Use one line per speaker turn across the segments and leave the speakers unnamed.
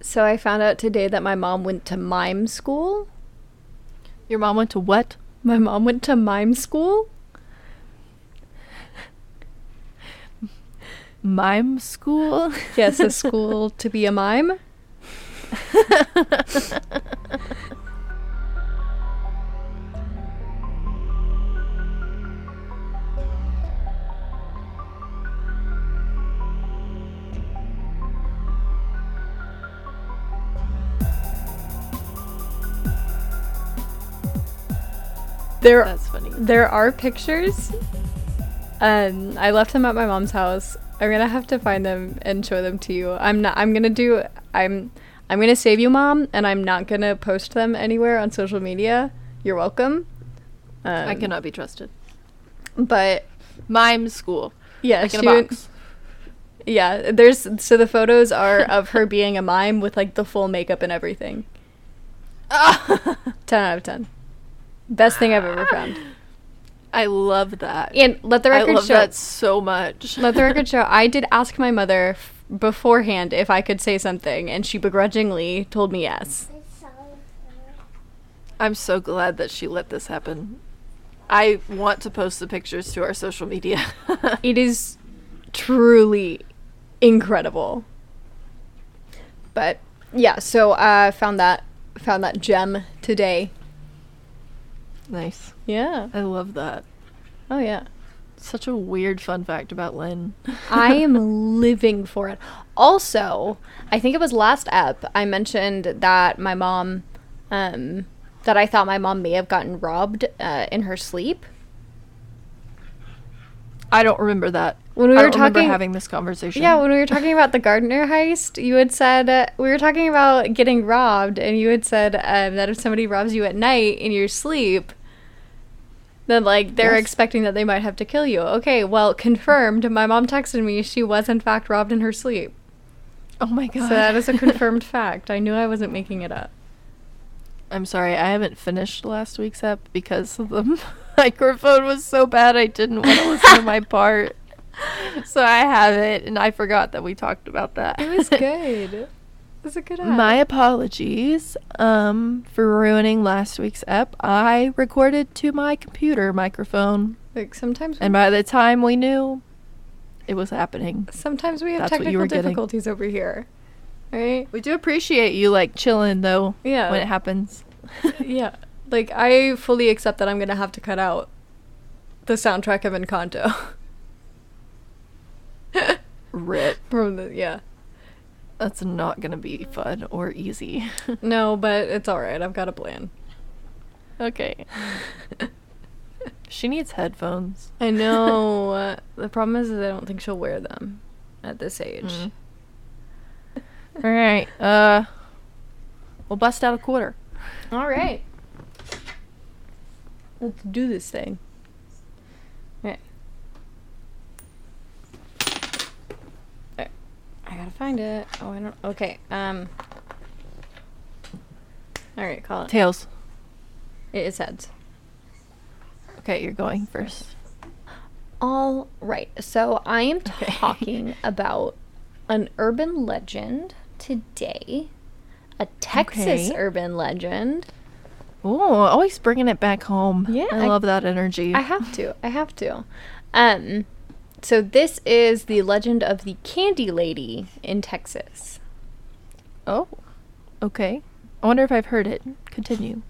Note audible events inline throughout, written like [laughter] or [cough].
So I found out today that my mom went to mime school.
Your mom went to what?
My mom went to mime school.
Mime school?
[laughs] Yes, a school to be a
[laughs]
mime. There
That's funny.
There are pictures. Um, I left them at my mom's house. I'm gonna have to find them and show them to you. I'm not. I'm gonna do. I'm. I'm gonna save you, mom, and I'm not gonna post them anywhere on social media. You're welcome. Um,
I cannot be trusted.
But
Mime school.
yeah,
Like in
she
a
went-
box.
yeah. There's so the photos are of
[laughs]
her being a mime with like the full makeup and everything. Ten out of ten. [laughs] Best thing I've ever found.
[laughs] I love that.
And let the
I
record
love
show.
that so
[laughs]
much.
Let the record show. I did ask my mother f- beforehand if I could say something, and she begrudgingly told me yes.
[laughs] I'm so glad that she let this happen. I want to post the pictures to our social media. [laughs]
It is truly incredible. But yeah, so I uh, found that found that gem today.
nice.
Yeah.
I love that.
Oh yeah.
Such a weird fun fact about Lynn.
[laughs]
[laughs]
I am living for it. Also, I think it was last ep I mentioned that my mom, um, that I thought my mom may have gotten robbed uh, in her sleep.
I don't remember that.
When we
I
were
don't remember
talking-
having this conversation.
Yeah, when we were talking about the gardener heist, you had said uh, we were talking about getting robbed, and you had said um, that if somebody robs you at night in your sleep, then like they're
Yes.
expecting that they might have to kill you. Okay, well, confirmed. My mom texted me; she was in fact robbed in her sleep.
[laughs] oh my god.
So that is a
[laughs]
confirmed [laughs] fact. I knew I wasn't making it up.
I'm sorry, I haven't finished last week's ep because the [laughs] microphone was so bad I didn't want to listen
[laughs]
to my part. So I haven't, and I forgot that we talked about that.
It
[laughs]
was good. [laughs] it was a good. app.
My apologies um, for ruining last week's ep. I recorded to my computer microphone,
like sometimes we,
and by the time we knew, it was happening.
sometimes we have
That's what you
technical
were getting.
difficulties over here, right?
We do appreciate you like chilling though.
Yeah.
When it happens.
yeah. Like I fully accept that I'm gonna have to cut out the soundtrack of Encanto
[laughs]
[laughs]
Rip.
from the yeah.
That's not gonna be fun or easy. [laughs]
No, but it's all right. I've got a plan. [laughs]
okay. she needs headphones.
I know. uh, the problem is, is I don't think she'll wear them at this age.
Mm. [laughs]
[laughs]
All right. Uh, we'll bust out a quarter.
All right. Let's do this thing. Right. Alright. I gotta find it. Oh, I don't. Okay. Um. All right. Call it.
Tails.
It is heads.
Okay, you're going first.
All right. So I [laughs] am
Okay.
talking about an urban legend today, a Texas
Okay.
urban legend.
Oh, always bringing it back home.
Yeah,
I,
I-
love that energy.
I have to. I have to. Um, so this is the legend of the Candy Lady in Texas.
[gasps] Oh, okay. I wonder if I've heard it. Continue.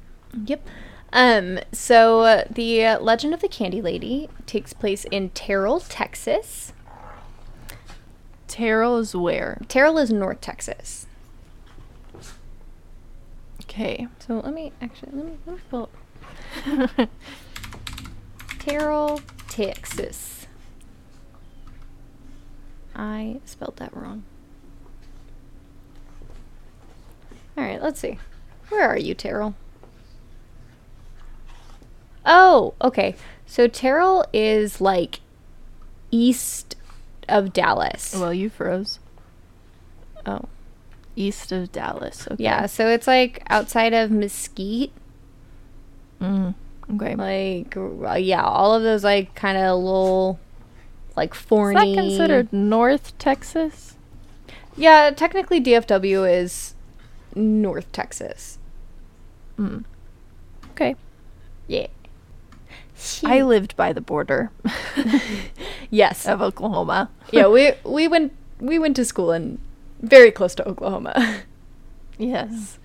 Yep. Um, so uh, the uh, legend of the Candy Lady takes place in Terrell, Texas.
Terrell is where?
Terrell is North Texas.
Okay.
So let me actually let me let me pull up [laughs] Terrell, Texas. I spelled that wrong. All right, let's see. Where are you, Terrell? Oh, okay. So Terrell is like east of Dallas.
well, you froze.
oh,
East of Dallas. Okay.
yeah. So it's like outside of Mesquite.
Mm, okay.
Like, uh, yeah, all of those like kind of little, like
is
forny.
that considered North Texas?
Yeah, technically DFW is North Texas.
Mm. Okay.
Yeah.
I lived by the border
[laughs] yes.
of Oklahoma.
yeah, we we went we went to school in very close to Oklahoma.
[laughs]
[laughs]
Yes.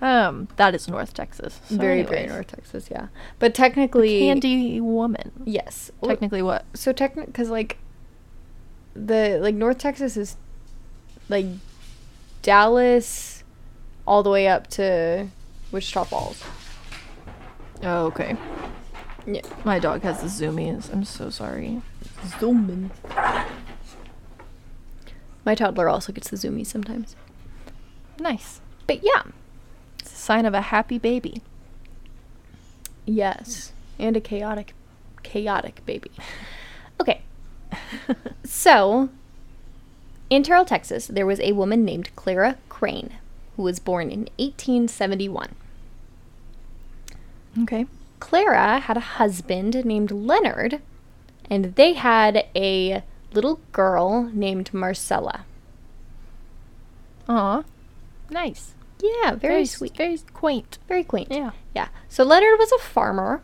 Um, that is North Texas. So
very very
anyways.
North Texas, yeah. But technically
Candy woman.
Yes. Well,
Technically, what?
so technically because like the like north texas is like dallas all the way up to wichita falls
Oh, okay.
yeah
My dog has the zoomies. I'm so sorry.
zooming my toddler also gets the zoomies sometimes
Nice.
but yeah
It's a sign of a happy baby.
yes and a chaotic chaotic baby okay So, in Terrell, Texas, there was a woman named Clara Crane who was born in 1871.
okay.
Clara had a husband named Leonard, and they had a little girl named Marcella.
Aw. Nice.
Yeah, very,
s-
sweet,
Very quaint.
very quaint.
Yeah.
Yeah. So Leonard was a farmer,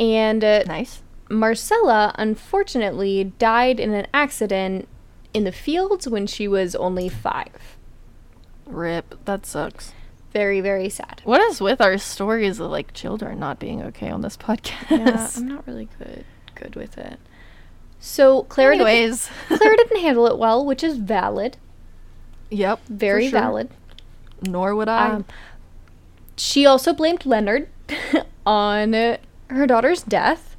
and uh,
Nice.
Marcella unfortunately died in an accident in the fields when she was only five.
Rip. That sucks.
Very, very sad.
What is with our stories of like children not being okay on this [laughs] podcast?
Yeah, I'm
[laughs]
not really good good with it. So Clara, didn't-
Anyways.
[laughs] Clara didn't handle it well, which is valid.
[laughs] Yep. for
Very
sure.
valid.
Nor would I.
Um, she also blamed Leonard [laughs] on uh, her daughter's death.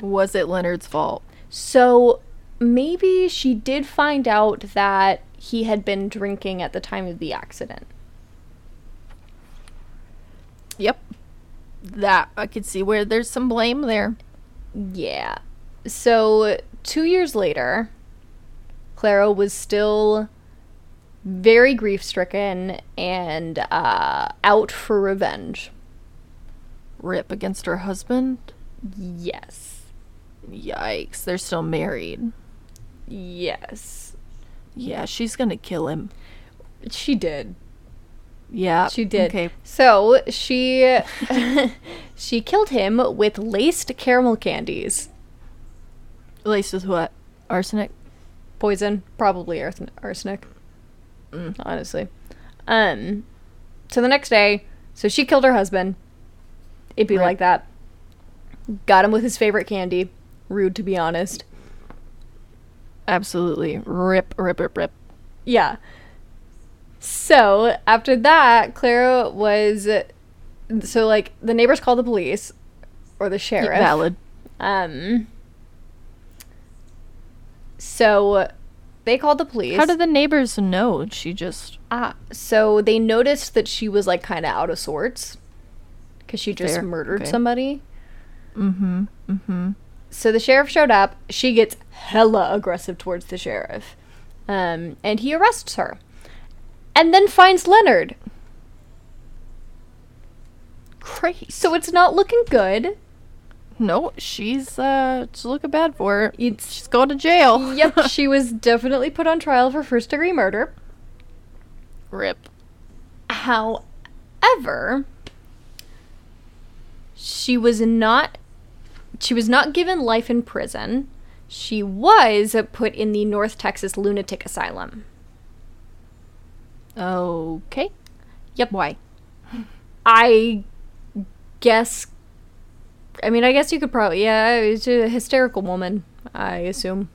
was it Leonard's fault?
So maybe she did find out that he had been drinking at the time of the accident.
Yep. That I could see where there's some blame there.
Yeah. So two years later, Clara was still very grief stricken and uh, out for revenge.
Rip against her husband.
Yes.
Yikes. They're still married.
Yes.
Yeah, she's gonna kill him.
She did.
Yeah.
She did.
Okay.
So she [laughs] she killed him with laced caramel candies.
Laced with what? Arsenic?
Poison, probably arsen- arsenic.
Mm.
Honestly. Um so the next day, so she killed her husband. It'd be
Right.
like that. Got him with his favorite candy. Rude to be honest.
Absolutely. Rip, rip, rip, rip.
Yeah. So after that, Clara was so like the neighbors called the police or the
Y-
sheriff.
Valid.
Um. So they called the police.
How did the neighbors know? She just
Ah, so they noticed that she was like kind of out of sorts because she just
Fair.
murdered
Okay.
somebody.
Mm-hmm. Mm-hmm.
So the sheriff showed up. She gets hella aggressive towards the sheriff, um, and he arrests her, and then finds Leonard.
Great.
So it's not looking good.
No, she's uh it's looking bad for her.
It's-
she's going to jail.
Yep,
[laughs]
she was definitely put on trial for first degree murder.
Rip.
However, she was not she was not given life in prison. She was put in the North Texas Lunatic Asylum.
Okay.
Yep.
Why?
I guess I mean, I guess you could probably yeah, it was a hysterical woman, I assume.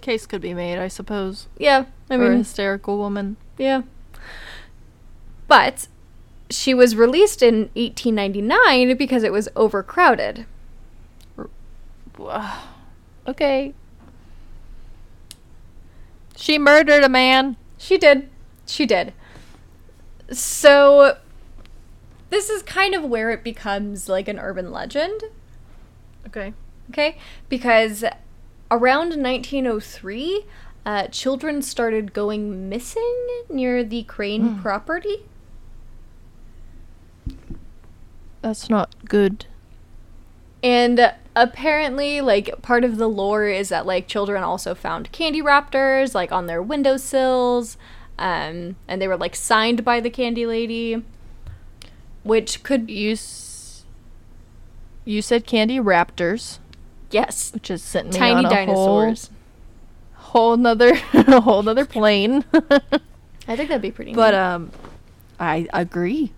Case could be made, I suppose.
Yeah, I
I mean,
mean,
hysterical woman.
yeah. But she was released in 1899 because it was overcrowded.
Okay. She murdered a man.
She did. She did. So this is kind of where it becomes like an urban legend,
Okay.
okay? Because around 1903, uh, children started going missing near the Crane property.
That's not good.
And apparently, like, part of the lore is that, like, children also found candy raptors, like, on their windowsills, um, and they were like signed by the Candy Lady, which could
You s- you said candy raptors,
yes,
which is sent me
tiny
on a
dinosaurs.
whole, whole nother [laughs] whole nother plane. [laughs]
I think that'd be pretty.
but
neat.
um, I agree.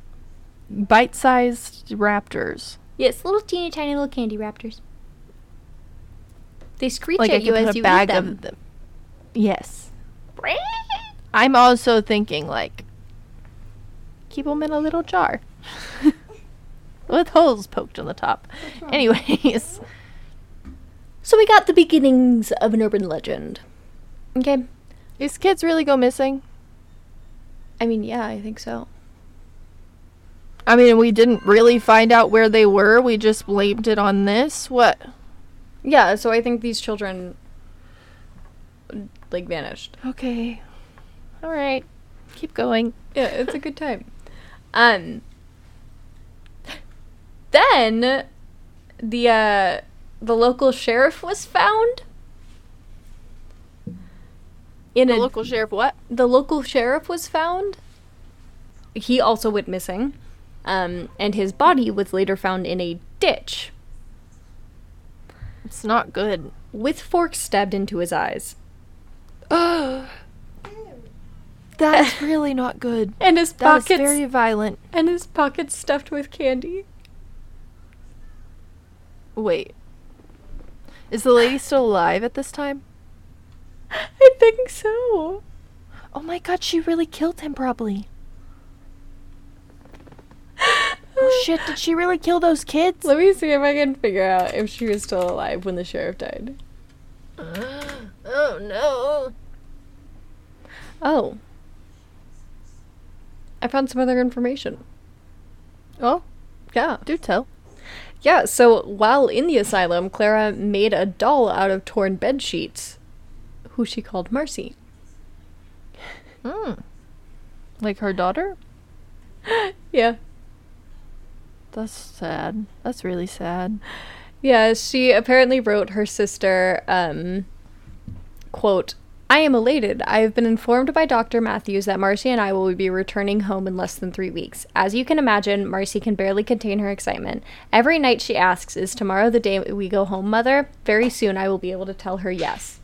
Bite-sized raptors.
yes, little teeny tiny little candy raptors. They screech
Like I
at you
could
as
put a
you eat
bag
E them. [laughs]
of them. Yes. I'm also thinking like keep them in a little jar with holes poked on the top. Anyways,
So we got the beginnings of an urban legend. Okay.
these kids really go missing.
I mean, yeah, I think so.
I mean, we didn't really find out where they were. We just blamed it on this. What?
Yeah, so I think these children like vanished.
Okay. All right. Keep going.
Yeah, it's
[laughs]
a good time. Um then the uh the local sheriff was found in a
sheriff what?
the local sheriff was found. He also went missing. Um and his body was later found in a ditch
It's not good.
with forks stabbed into his eyes.
That's really not good.
And his
That's
pockets
very violent.
and his pockets stuffed with candy. [laughs]
Wait. Is the lady still alive at this time?
I think so.
Oh my god, she really killed him probably. Oh shit, did she really kill those kids?
Let me see if I can figure out if she was still alive when the sheriff died.
oh no.
Oh. I found some other information.
Oh,
Yeah.
do tell.
Yeah, so while in the asylum, Clara made a doll out of torn bed sheets, who she called Marcy.
Mm. Like her daughter?
[gasps] Yeah.
That's sad. That's really sad.
Yeah, she apparently wrote her sister, um, quote, I am elated. I have been informed by Dr. Matthews that Marcy and I will be returning home in less than three weeks. As you can imagine, Marcy can barely contain her excitement. Every night she asks, Is tomorrow the day we go home, Mother? Very soon I will be able to tell her yes.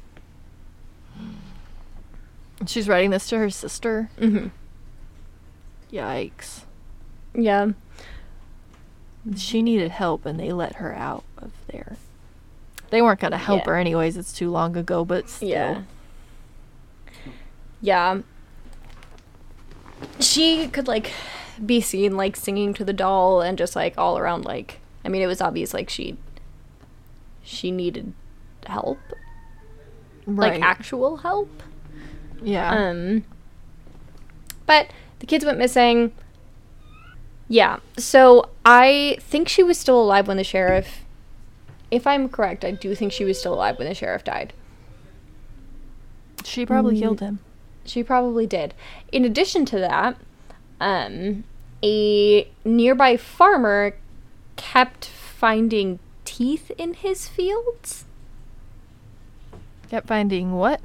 She's writing this to her sister.
Mm-hmm.
Yikes.
Yeah.
She needed help and they let her out of there. They weren't going to help
Yeah.
her anyways. It's too long ago, but still.
Yeah. Yeah. She could like be seen like singing to the doll and just like all around like I mean it was obvious like she she needed help,
Right.
like actual help.
yeah.
Um but the kids went missing. Yeah. So I think she was still alive when the sheriff if I'm correct, I do think she was still alive when the sheriff died.
she probably killed
Mm.
him.
She probably did. In addition to that, um, a nearby farmer kept finding teeth in his fields.
Kept finding what?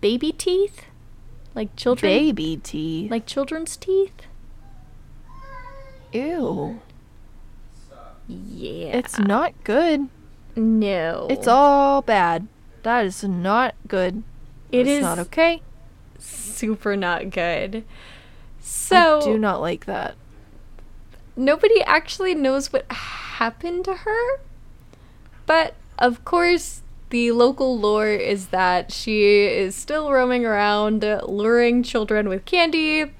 Baby teeth? Like children
Baby teeth.
like children's teeth?
Ew.
Yeah.
It's not good.
no.
It's all bad. That is not good.
It
it's
is
not okay.
super not good.
I
So
do not like that.
nobody actually knows what happened to her. But of course, the local lore is that she is still roaming around, luring children with candy,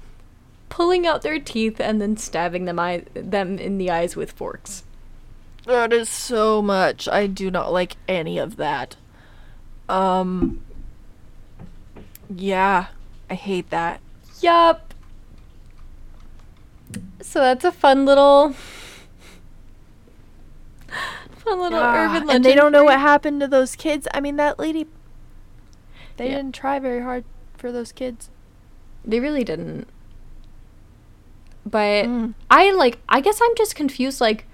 pulling out their teeth, and then stabbing them, eye- them in the eyes with forks.
That is so much. I do not like any of that. Um Yeah. I hate that.
Yup. So that's a fun little. [laughs] Fun little
Ah,
urban legend.
and they don't know
for
what
you.
happened to those kids. I mean that lady They
Yeah.
didn't try very hard for those kids.
They really didn't. But
Mm.
I like I guess I'm just confused like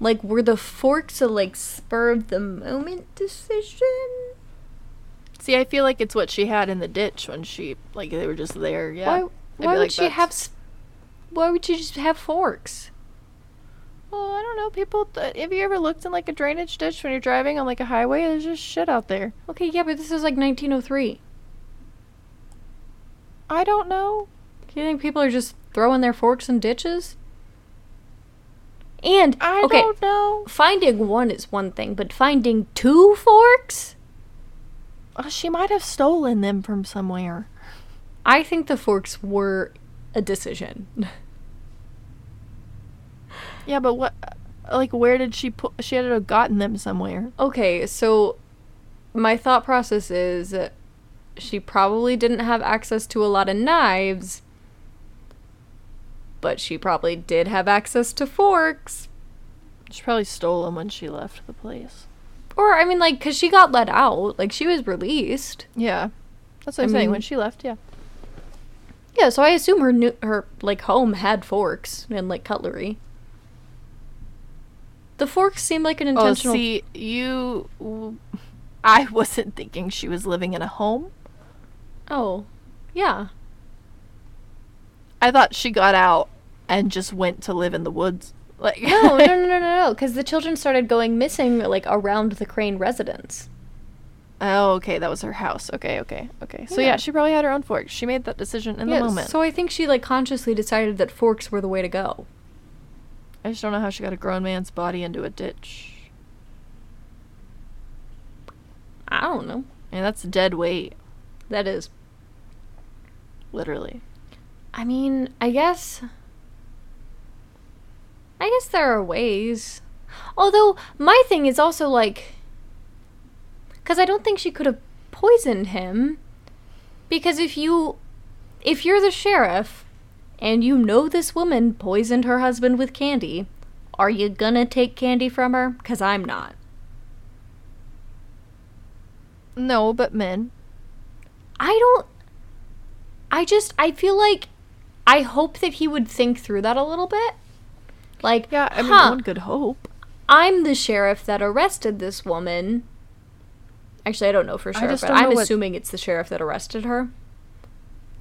like were the forks a like spur of the moment decision?
See, I feel like it's what she had in the ditch when she like they were just there. Yeah.
Why?
I'd be
Why would
like,
she have?
"That's-
s- Why would you just have forks?
Well, I don't know. People, th- have you ever looked in like a drainage ditch when you're driving on like a highway? There's just shit out there.
Okay, yeah, but this is like 1903.
I don't know.
Do you think people are just throwing their forks in ditches? And
I
okay,
don't know.
finding one is one thing, but finding two forks?
Uh, she might have stolen them from somewhere.
I think the forks were a decision. [laughs]
Yeah, but what? uh, Like, where did she put? She had to have gotten them somewhere.
okay, so my thought process is she probably didn't have access to a lot of knives, but she probably did have access to forks.
She probably stole them when she left the place.
Or, I mean, like, because she got let out, like, she was released.
Yeah, that's
I
what I'm saying. When
mean-
she left, yeah.
Yeah, so I assume her new, her like home had forks and like cutlery. The forks seem like an
Oh,
intentional.
see, you. [laughs] w- I wasn't thinking she was living in a home.
Oh, yeah. [laughs]
I thought she got out and just went to live in the woods. [laughs] Like
No, no, no, no, no, no. Because the children started going missing like around the Crane residence.
[laughs] Oh, okay, that was her house. Okay, okay, okay. So yeah,
Yeah.
she probably had her own fork. She made that decision in
Yeah,
the moment.
So I think she like consciously decided that forks were the way to go.
I just don't know how she got a grown man's body into a ditch.
I don't know.
And that's dead weight,
That is.
literally.
I mean, I guess. I guess there are ways. Although, my thing is also like. Because I don't think she could have poisoned him. Because if you. If you're the sheriff and you know this woman poisoned her husband with candy, are you gonna take candy from her? Because I'm not.
No, but men.
I don't. I just. I feel like. I hope that he would think through that a little bit. Like,
Yeah, I mean,
huh,
one could hope.
I'm the sheriff that arrested this woman. Actually, I don't know for sure,
just
but
don't
I'm
know what-
assuming it's the sheriff that arrested her.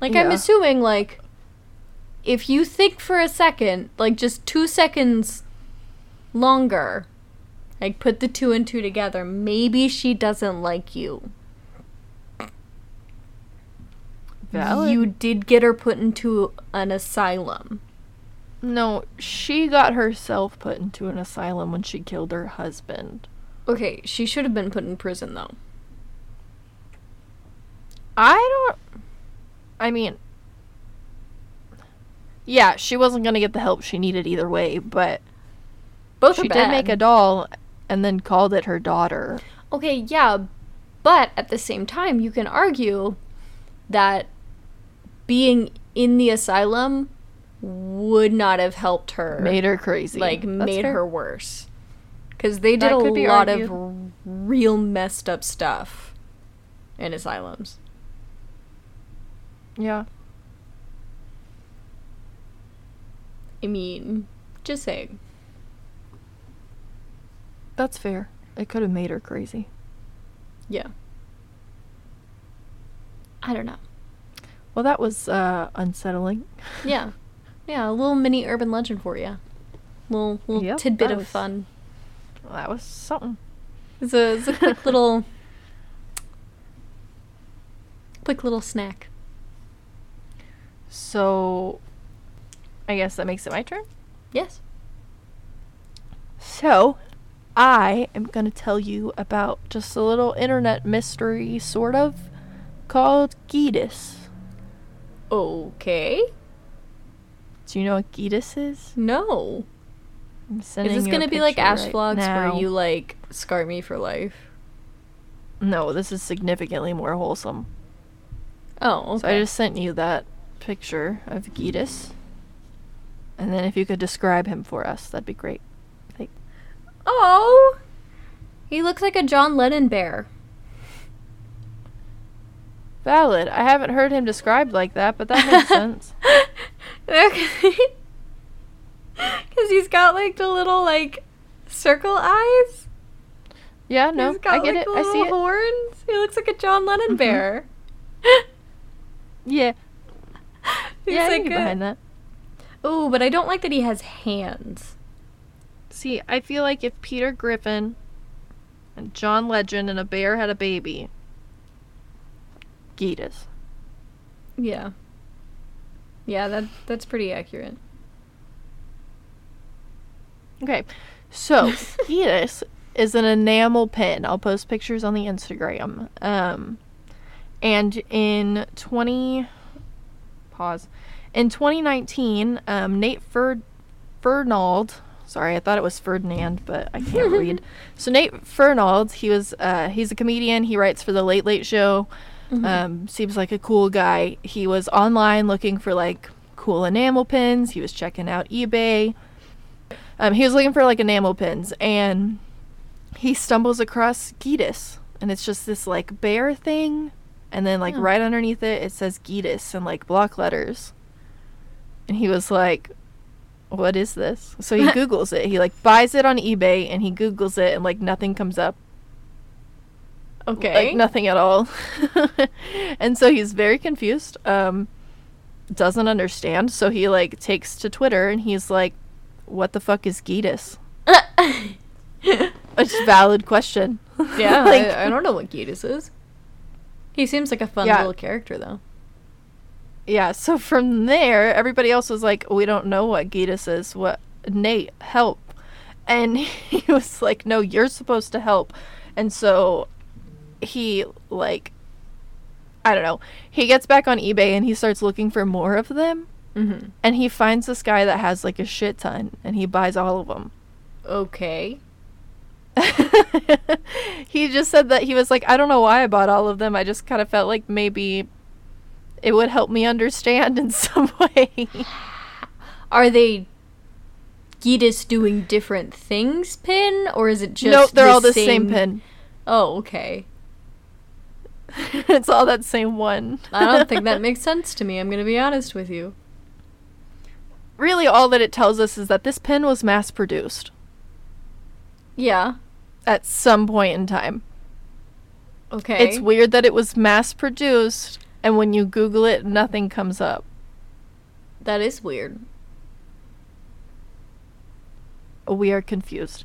Like, I'm
Yeah.
assuming, like, if you think for a second, like, just two seconds longer, like, put the two and two together, maybe she doesn't like you.
Valid.
You did get her put into an asylum.
No, she got herself put into an asylum when she killed her husband.
Okay, she should have been put in prison, though.
I don't. I mean. Yeah, she wasn't gonna get the help she needed either way, but
Both
she
are
did
bad.
make a doll and then called it her daughter.
Okay, yeah, but at the same time, you can argue that being in the asylum would not have helped her.
Made her crazy.
like
That's
made
fair.
her worse. Because they did
That
a
could be
lot
argued.
of r- real messed up stuff in asylums.
Yeah.
I mean, just saying.
That's fair. It could have made her crazy.
Yeah. I don't know.
Well, that was uh, unsettling.
Yeah. Yeah, a little mini urban legend for you. Little, little
Yep,
tidbit
that
of
was-
fun.
Well, [laughs] that was something.
It's a, it's a
[laughs]
quick little, quick little snack.
So, I guess that makes it my turn.
Yes.
So, I am going to tell you about just a little internet mystery, sort of, called Gitis.
Okay.
Do you know what Gitis is?
No.
I'm
Is
sending
this
you a
gonna be like
picture
Ash
right
vlogs
now.
where you like scar me for life?
No, this is significantly more wholesome.
Oh, okay.
So I just sent you that picture of Gitis. And then if you could describe him for us, that'd be great. Like,
Oh. He looks like a John Lennon bear.
valid. I haven't heard him described like that, but
[laughs]
that makes sense.
Okay. Because he's got like the little like circle eyes.
Yeah, no,
He's got,
I get
like,
it. I see
little
it.
horns. He looks like a John Lennon
Mhm.
bear. [laughs]
Yeah,
He's
yeah, I
like
can get behind that.
Oh, but I don't like that he has hands.
See, I feel like if Peter Griffin and John Legend and a bear had a baby, Geetus.
Yeah. Yeah, that that's pretty accurate.
Okay, so Geetus is an enamel pin. I'll post pictures on the Instagram. Um, and in 20 pause in 2019, um, Nate Ferd Fernald. Sorry, I thought it was Ferdinand, but I can't read. So Nate Fernald, he was uh, he's a comedian. He writes for the Late Late Show.
Mm-hmm.
Um, seems like a cool guy. He was online looking for like cool enamel pins. He was checking out eBay. Um, he was looking for like enamel pins, and he stumbles across Geetus, and it's just this like bear thing, and then like
Hmm.
right underneath it, it says Geetus in like block letters, and he was like. What is this? So he googles it. He like buys it on eBay and he googles it and like nothing comes up
Okay. [laughs]
like nothing at all [laughs] and so he's very confused um doesn't understand so he like takes to twitter and he's like what the fuck is Geetus? it's a valid question
[laughs] yeah,
[laughs] Like-
I, I don't know what Geetus is. He seems like a fun
Yeah.
little character though.
yeah so from there everybody else was like we don't know what Geetus is what nate help and [laughs] he was like no you're supposed to help and so he like i don't know he gets back on ebay and he starts looking for more of them
Mhm.
and he finds this guy that has like a shit ton and he buys all of them
Okay.
[laughs] he just said that he was like i don't know why i bought all of them i just kind of felt like maybe it would help me understand in [laughs] some way
Are they Geetus doing different things pin or is it just
nope they're all the same, pin [laughs]
Oh, okay.
it's all that same one
I don't think
[laughs]
that makes sense to me. I'm going to be honest with you.
really all that it tells us is that this pin was mass produced
Yeah.
at some point in time
Okay.
it's weird that it was mass produced and when you google it nothing comes up
that is weird.
we are confused.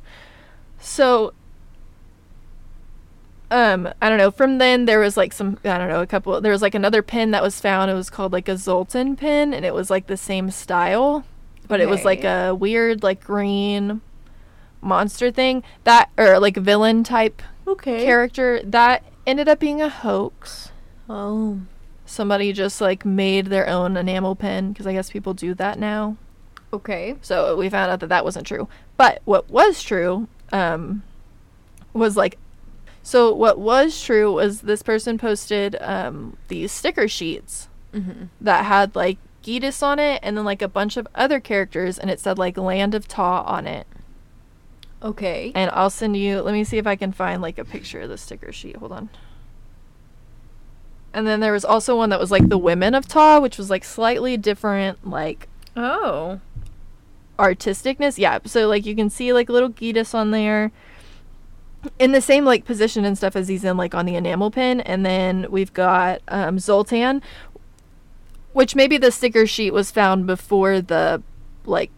So um I don't know. From then there was like some I don't know, a couple there was like another pin that was found. It was called like a Zoltan pin and it was like the same style, but it was like
Okay.
a weird like green monster thing that or like villain type
Okay.
character that ended up being a hoax.
oh.
Um. Somebody just like made their own enamel pin because I guess people do that now.
Okay.
So we found out that that wasn't true. But what was true um, was like, so what was true was this person posted um, these sticker sheets
Mhm.
that had like Geetus on it and then like a bunch of other characters and it said like Land of Taw on it.
Okay.
And I'll send you, let me see if I can find like a picture of the sticker sheet. Hold on. And then there was also one that was like the Women of Taw, which was like slightly different, like
oh.
artisticness. Yeah. So like you can see like little Geetus on there in the same like position and stuff as he's in like on the enamel pin. And then we've got um, Zoltan, which maybe the sticker sheet was found before the like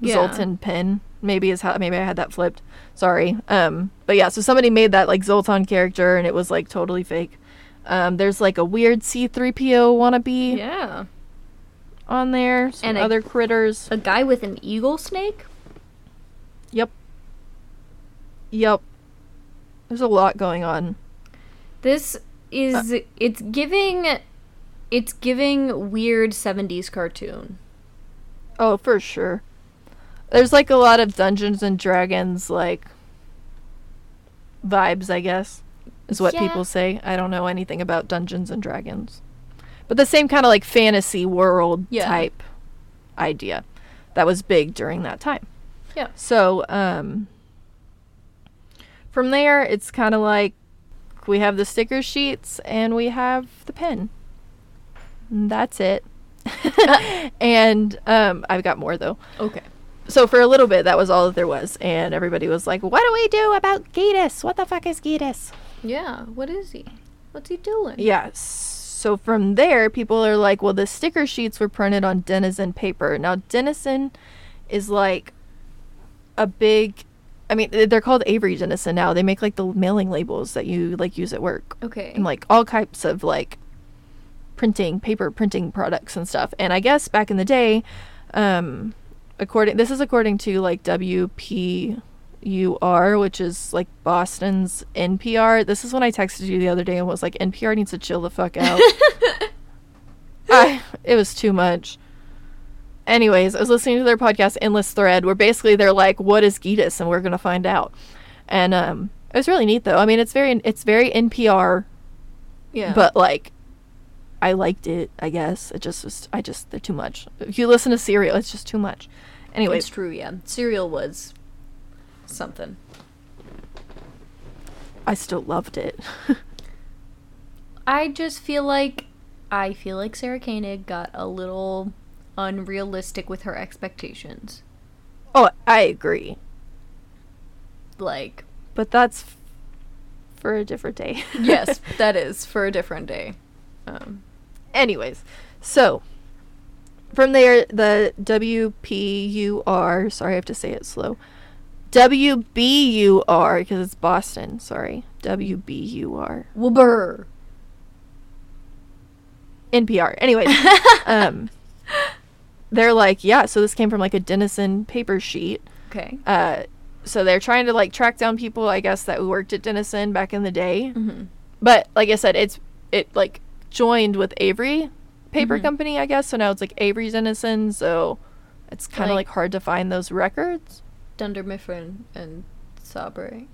Yeah.
Zoltan pin. Maybe is how maybe I had that flipped. Sorry. Um but yeah, so somebody made that like Zoltan character and it was like totally fake. Um there's like a weird C3PO wannabe
Yeah.
on there, some
And a-
other critters.
A guy with an eagle snake?
Yep. Yep. There's a lot going on.
This
Uh.
is it's giving it's giving weird 70s cartoon.
Oh, for sure. There's like a lot of Dungeons and Dragons like vibes, I guess. Is what
Yeah.
people say. I don't know anything about Dungeons and Dragons. But the same kind of like fantasy world
Yeah.
type idea that was big during that time.
Yeah.
So, um, from there, it's kind of like we have the sticker sheets and we have the pen. [laughs] And that's it. and um, I've got more though.
Okay.
so for a little bit, that was all that there was, and everybody was like, "What do we do about Gitas? What the fuck is Gitas?"
Yeah. What is he? What's he doing?
Yeah. So from there, people are like, well, the sticker sheets were printed on Denizen paper. Now, Denizen is like a big. I mean, th- they're called Avery Denizen now. They make like the mailing labels that you like use at work
Okay. [laughs]
and like all types of like printing, paper printing products and stuff. And I guess back in the day, um, according this is according to like WPUR, which is like Boston's NPR. This is when I texted you the other day and was like, NPR needs to chill the
[laughs]
fuck out. I, it was too much. Anyways, I was listening to their podcast, Endless Thread, where basically they're like, "What is Gitas?" and we're gonna find out. And um, it was really neat, though. I mean, it's very it's very NPR
yeah.
but like i liked it i guess it just was i just they're too much if you listen to serial it's just too much anyways
it's true. Yeah. Cereal was something.
i still loved it [laughs]
I just feel like I feel like Sarah Koenig got a little unrealistic with her expectations.
oh i agree
Like,
but that's f- for a different day [laughs]
yes, that is for a different day. Um,
anyways so from there the wpur sorry i have to say it slow wbur because it's boston sorry wbur
Wilbur.
NPR. Anyways,
[laughs]
um, they're like, yeah, so this came from like a Denison paper sheet.
Okay.
Uh, so they're trying to like track down people, I guess, that worked at Denison back in the day.
Mhm.
But like I said, it's it like joined with Avery Paper
Mhm.
Company, I guess. So now it's like Avery Denison. So it's kind of
Like-
like hard to find those records.
Dunder Mifflin and Sabre.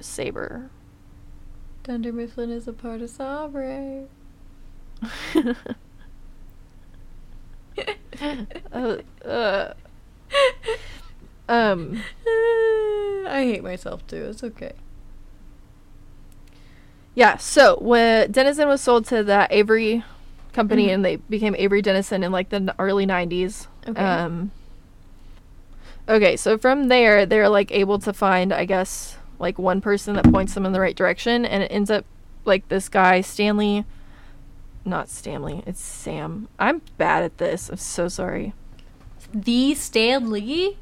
Saber.
Dunder Mifflin is a part of
[laughs]
Sabre. [laughs]
uh, uh, um.
I hate myself too. It's okay.
Yeah, so when Denison was sold to the Avery company
Mhm.
and they became Avery Denison in like the n- early 90s.
Okay.
Um, okay, so from there, they're like able to find, I guess, like one person that points them in the right direction and it ends up like this guy, Stanley. Not Stanley, it's Sam. I'm bad at this. I'm so sorry.
The Stanley?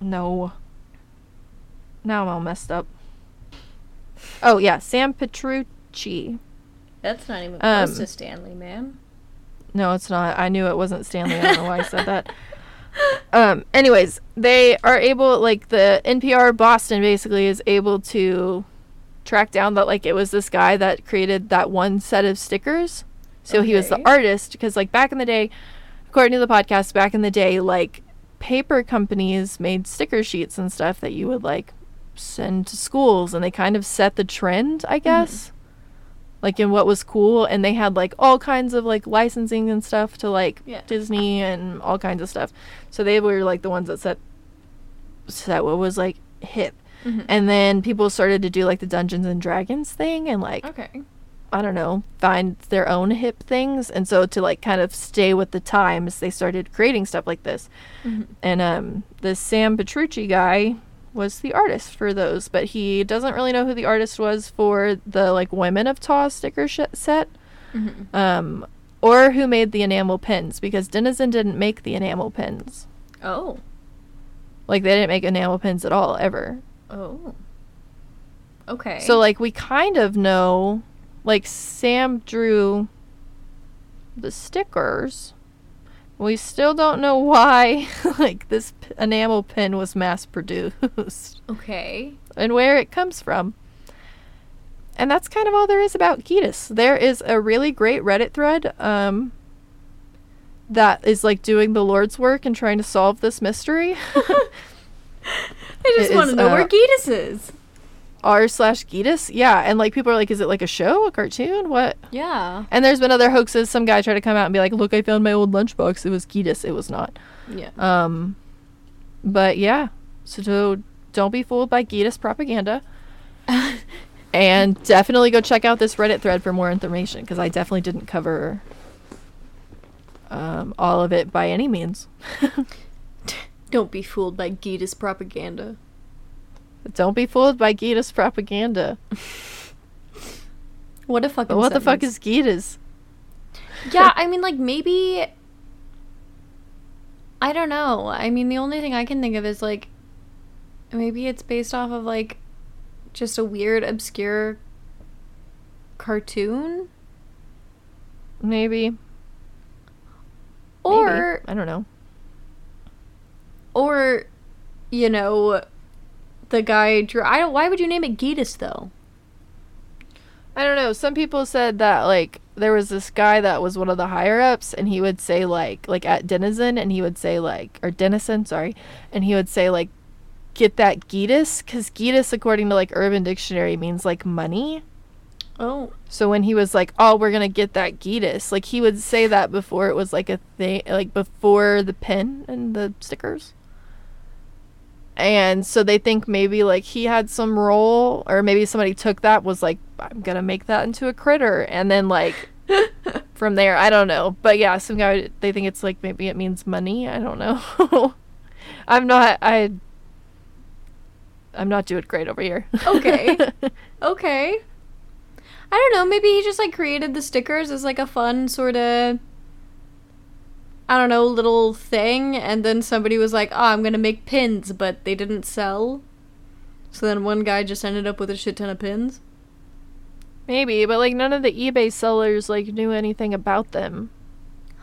No. Now I'm all messed up. Oh, yeah, Sam Petrucci.
That's not even
Um,
close to Stanley, man.
No, it's not. I knew it wasn't Stanley. I don't know why I said
[laughs]
that. [laughs] Um, anyways, they are able, like, the NPR Boston basically is able to track down that, like, it was this guy that created that one set of stickers. So he was the
Okay.
artist, because, like, back in the day, according to the podcast, back in the day, like, paper companies made sticker sheets and stuff that you would, like, send to schools, and they kind of set the trend,
Mm-hmm.
I guess like in what was cool and they had like all kinds of like licensing and stuff to like
Yeah.
Disney and all kinds of stuff. So they were like the ones that set set what was like hip.
Mhm.
And then people started to do like the Dungeons and Dragons thing and like
Okay.
I don't know, find their own hip things. And so to like kind of stay with the times, they started creating stuff like this.
Mhm.
And um, the Sam Petrucci guy was the artist for those, but he doesn't really know who the artist was for the like Women of Taw sticker sh- set,
Mm-hmm.
um, or who made the enamel pins because Denizen didn't make the enamel pins.
Oh.
Like they didn't make enamel pins at all ever.
Oh. Okay.
So like we kind of know like Sam drew the stickers. We still don't know why [laughs] like this p- enamel pin was mass produced
okay.
[laughs] and where it comes from. And that's kind of all there is about Gitas. There is a really great Reddit thread um that is like doing the Lord's work and trying to solve
[laughs]
this mystery. [laughs]
I just
It
want to
is,
know where
uh,
Gitas is.
R slash Gitas. Yeah. And like people are like, is it like a show, a cartoon? What?
Yeah.
And there's been other hoaxes. Some guy tried to come out and be like, "Look, I found my old lunchbox. It was Gitas. It was not."
Yeah.
Um, but yeah, so do- don't be fooled by Gitas propaganda, and definitely go check out this Reddit thread for more information because I definitely didn't cover um, all of it by any means.
[laughs]
[laughs]
Don't be fooled by Gita's propaganda.
Don't be fooled by Gita's propaganda.
What a fucking.
But what the fuck
sentence.
is Gita's?
[laughs] yeah, I mean, like maybe. I don't know. I mean, the only thing I can think of is like, maybe it's based off of like, just a weird, obscure cartoon,
Maybe.
or
maybe. I don't know.
or, you know, the guy drew. I don't. Why would you name it Geetus though?
I don't know. Some people said that like there was this guy that was one of the higher ups, and he would say like like at Denizen, and he would say like or Denison, sorry, and he would say like get that Gitas, because Gitas according to like Urban Dictionary means like money.
Oh,
So when he was like, "Oh, we're gonna get that Gitas," like he would say that before it was like a thing, like before the pen and the stickers. And so they think maybe like he had some role, or maybe somebody took that was like, "I'm gonna make that into a critter," and then like from there, I don't know. But yeah, some guy they think it's like maybe it means money. I don't know. [laughs] I'm not. I. I'm not doing great over here.
Okay. [laughs]
[laughs]
okay. I don't know. Maybe he just like created the stickers as like a fun sort of. I don't know, little thing, and then somebody was like, "Oh, I'm gonna make pins," but they didn't sell. So then one guy just ended up with a shit ton of pins.
Maybe, but like none of the eBay sellers like knew anything about them.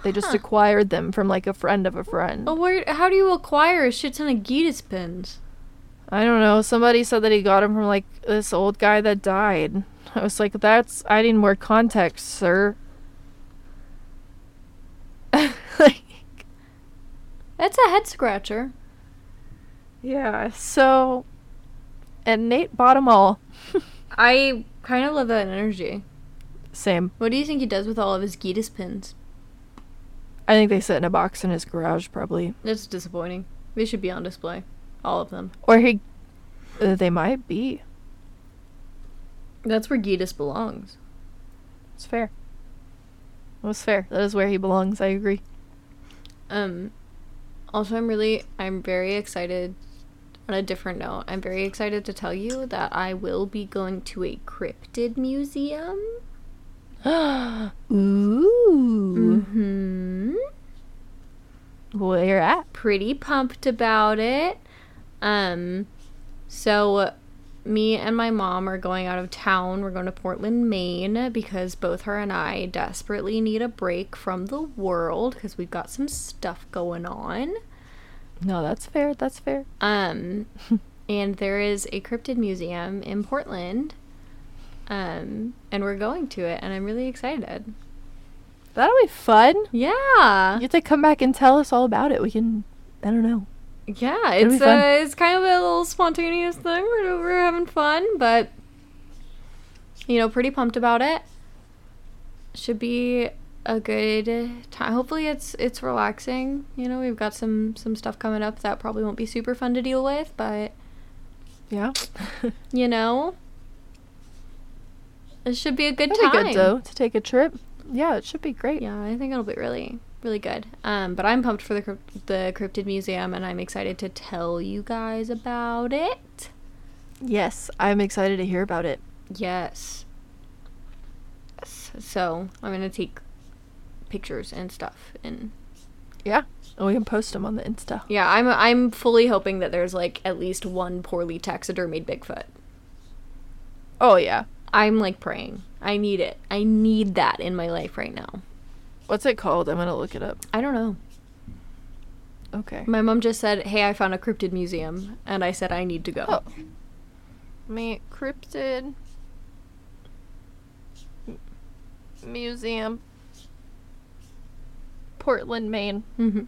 They just
Huh. Oh,
acquired them from like a friend of a friend.
But where? How do you acquire a shit ton of Gitas pins?
I don't know. Somebody said that he got them from like this old guy that died. I was like, that's I need more context, sir. [laughs] like,
That's a head scratcher.
yeah. So, and Nate bought them all.
I kind of love that energy.
[laughs] Same.
What do you think he does with all of his Gitas pins?
I think they sit in a box in his garage, probably,
That's disappointing. They should be on display, all of them.
or he. Uh, they might be.
That's where Gitas belongs.
It's fair. It was fair. That is where he belongs. I agree. [gasps]
Um also I'm really I'm very excited on a different note. I'm very excited to tell you that I will be going to a cryptid museum.
Ooh. Mm.
Mhm.
Where at?
Pretty pumped about it. Um so me and my mom are going out of town. We're going to Portland, Maine because both her and I desperately need a break from the world because we've got some stuff going on.
No, that's fair. That's fair. [laughs]
Um, and there is a cryptid museum in Portland. Um, and we're going to it, and I'm really excited.
That'll be fun.
Yeah,
You have to come back and tell us all about it. We can. I don't know.
yeah,
It'll be
it's
fun.
uh, it's kind of a little spontaneous thing. We're we're having fun, but you know, pretty pumped about it. Should be a good time. Hopefully, it's it's relaxing. You know, we've got some some stuff coming up that probably won't be super fun to deal with, but
[laughs] Yeah.
you know it should be a good
That'd
time
be good though to take a trip. Yeah, it should be great.
yeah i think it'll be really really good um but i'm pumped for the crypt- the cryptid museum and i'm excited to tell you guys about it
Yes, I'm excited to hear about it.
yes S- so i'm gonna take pictures and stuff and
Yeah. And we can post them on the Insta.
yeah i'm i'm fully hoping that there's like at least one poorly taxidermied bigfoot
Oh yeah.
i'm like praying i need it i need that in my life right now
What's it called? I'm gonna look it up.
i don't know
Okay.
My mom just said, "Hey, I found a cryptid museum," and I said, "I need to go."
Oh. Me cryptid M- museum, Portland, Maine.
hmm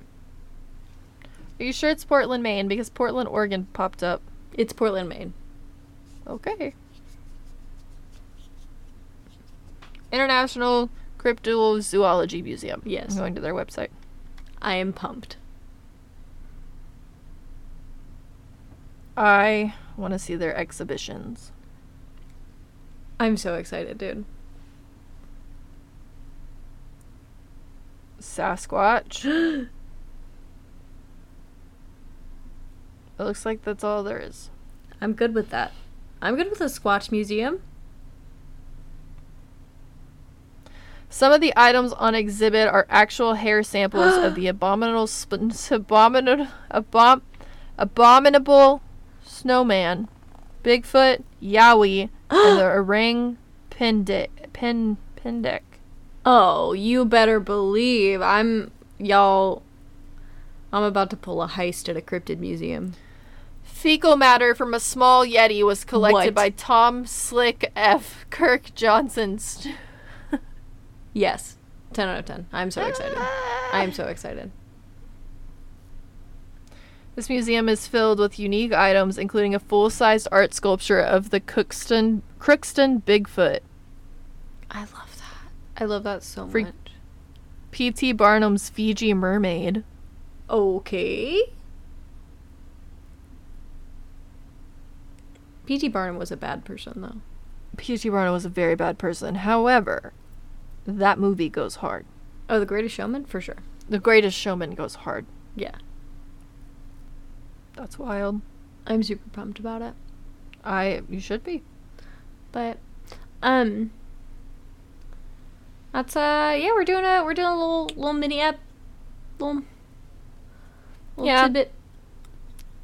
Are you sure it's Portland, Maine? Because Portland, Oregon popped up.
It's Portland, Maine.
Okay. International Cryptozoology Museum.
Yes.
I'm going to their website.
I am pumped.
I want to see their exhibitions.
I'm so excited, dude.
Sasquatch. It looks like that's all there is.
[gasps] I'm good with that. I'm good with a Squatch museum.
Some of the items on exhibit are actual hair samples
[gasps]
of the abominable, sp- abominable, abom- abominable snowman, Bigfoot, Yowie, and
[gasps]
the orang pendek. Pen, pendek.
Oh, you better believe I'm y'all. I'm about to pull a heist at a cryptid museum.
Fecal matter from a small Yeti was
What?
collected by Tom Slick F. Kirk Johnson. St-
Yes, ten out of ten. I'm so excited. I
[laughs]
am so excited.
This museum is filled with unique items, including a full-sized art sculpture of the Crookston Crookston Bigfoot,
I love that. I love that so
Freak-
much.
P.T. Barnum's Fiji mermaid,
Okay. P.T. Barnum was a bad person, though.
P.T. Barnum was a very bad person. However, that movie goes hard.
Oh, The Greatest Showman? For sure.
The Greatest Showman goes hard.
Yeah.
That's wild.
I'm super pumped about it.
I you should be.
But, um, that's, uh, yeah, we're doing a, we're doing a little, little mini app. Little, little
Yeah.
tidbit.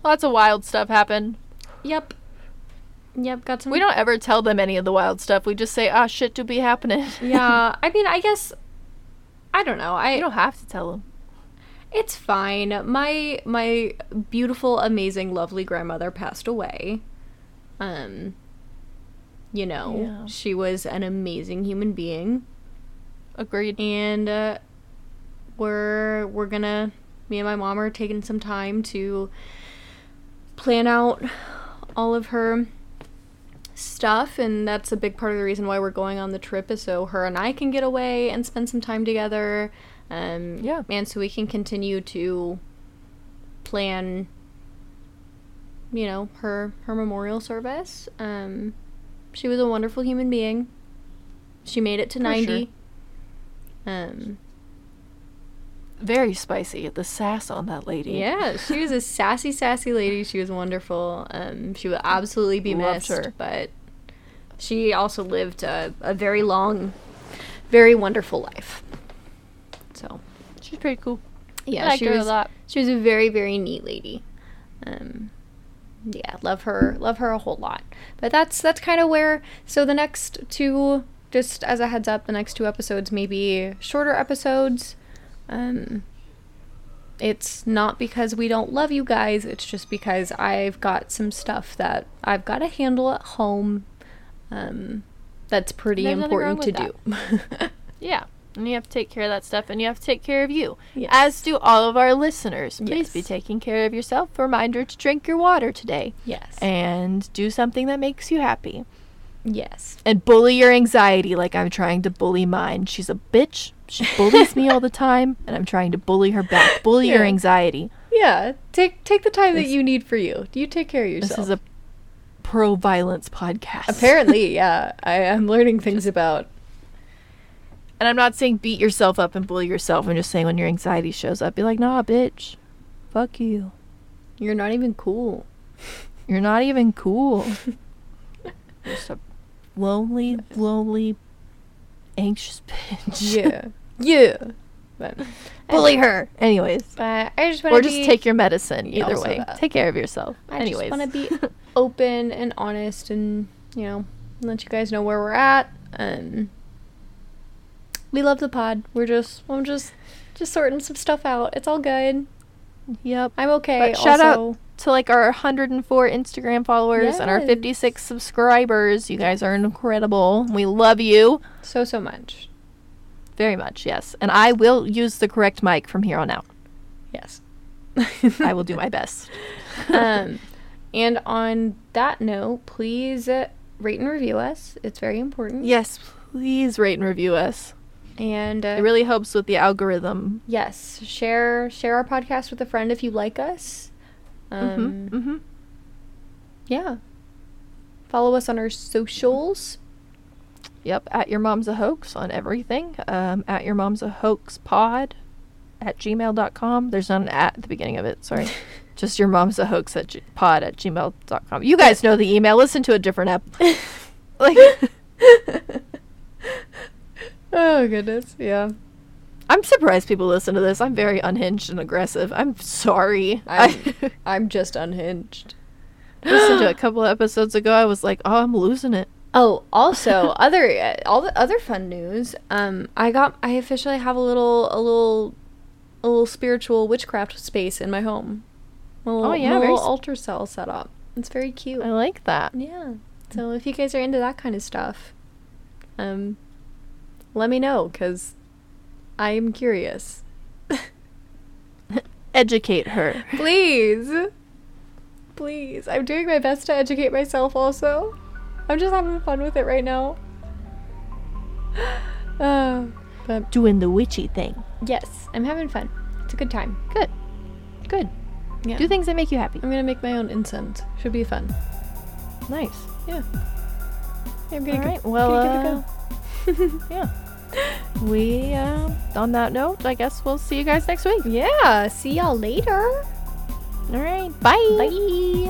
Lots of wild stuff happened.
Yep. Yep, got some.
We don't ever tell them any of the wild stuff. We just say, "Ah, shit, do be happening."
[laughs]
[laughs]
yeah, I mean, I guess, I don't know. I
you don't have to tell them.
It's fine. My my beautiful, amazing, lovely grandmother passed away. Um you know,
Yeah.
she was an amazing human being
Agreed.
and uh we're we're going to me and my mom are taking some time to plan out all of her stuff and that's a big part of the reason why we're going on the trip is so her and I can get away and spend some time together. Um
Yeah.
and so we can continue to plan you know, her her memorial service. Um she was a wonderful human being. She made it to
For
90. Um
Very spicy. The sass on that lady.
Yeah, she was a sassy, sassy lady. She was wonderful. Um, she would absolutely be
Loved
missed,
her.
but she also lived a, a very long, very wonderful life. So,
[laughs] She's pretty cool.
yeah,
liked
she
her a
was
lot.
she was a very, very neat lady. Um, yeah, love her, love her a whole lot. But that's that's kind of where. So the next two, just as a heads up, the next two episodes may be shorter episodes. Um, it's not because we don't love you guys. It's just because I've got some stuff that I've got to handle at home. Um, that's pretty
There's nothing wrong
important to do. [laughs]
Yeah. And you have to take care of that stuff and you have to take care of you.
Yes.
As do all of our listeners. Please be
Yes.
taking care of yourself. Reminder to drink your water today.
yes.
And do something that makes you happy.
yes.
And bully your anxiety like I'm trying to bully mine. She's a bitch. She bullies me all [laughs] the time and I'm trying to bully her back. Bully your
Yeah.
anxiety.
Yeah. Take take the time that
This-
you need for you. You take care of
This
yourself.
is a pro violence podcast. [laughs]
Apparently, yeah. I am learning things about.
And I'm not saying beat yourself up and bully yourself. I'm just saying when your anxiety shows up, be like, nah, bitch. Fuck you.
You're not even cool.
You're not even
[laughs]
cool. You're just a lonely, lonely, anxious bitch. [laughs]
Yeah. yeah. But
Bully her. Anyways.
But I just want
Or
to
just take your medicine.
Yeah,
Either
also
way.
that.
Take care of yourself.
I
Anyways.
just want
[laughs]
to be [laughs] open and honest, and you know, let you guys know where we're at. Um, we love the pod. We're just I'm just just sorting some stuff out. It's all good.
yep.
I'm okay.
But shout out-
also,
To like our 104 Instagram followers and our
Yes.
56 subscribers. You guys are incredible. We love you
so so much.
very much. Yes. And I will use the correct mic from here on out. [laughs]
Yes.
I will do my [laughs] best.
um, and on that note, please uh, rate and review us. It's very important.
yes, please rate and review us.
And uh,
It really helps with the algorithm.
yes, share share our podcast with a friend if you like us. Um,
hmm hmm
Yeah. Follow us on our socials.
Yep, at your mom's a hoax on everything. Um, at your mom's a hoax pod at gmail.com. There's not an at at the beginning of it. [laughs] Sorry. Just your mom's a hoax at g- pod at gmail.com. You guys know the email. Listen to a different [laughs] app. [laughs] like,
[laughs] Oh goodness, yeah.
I'm surprised people listen to this. I'm very unhinged and aggressive. I'm sorry. [laughs]
I'm-
I
I'm just unhinged. [laughs] [gasps]
listened to a couple of episodes ago. I was like, oh, I'm losing it.
Oh,
[laughs]
also other uh, all the other fun news. Um, I got I officially have a little a little a little spiritual witchcraft space in my home. My little,
Oh, yeah,
my
very
little
s-
altar cell set up. It's very cute.
I like that.
yeah. So if you guys are into that kind of stuff, um, let me know because I am curious.
[laughs]
[laughs]
Educate her.
Please, please. I'm doing my best to educate myself. Also, I'm just having fun with it right now. [gasps] Uh, but
Doing the witchy thing.
Yes, I'm having fun. It's a good time.
Good. Good.
Yeah.
Do things that make you happy.
I'm gonna make my own incense. Should be fun.
Nice.
Yeah. I'm
All
gonna
right.
go,
Well,
gonna give it a go. [laughs]
uh, yeah. We, uh, on that note, I guess we'll see you guys next week.
yeah. See y'all later.
All right. Bye.
Bye.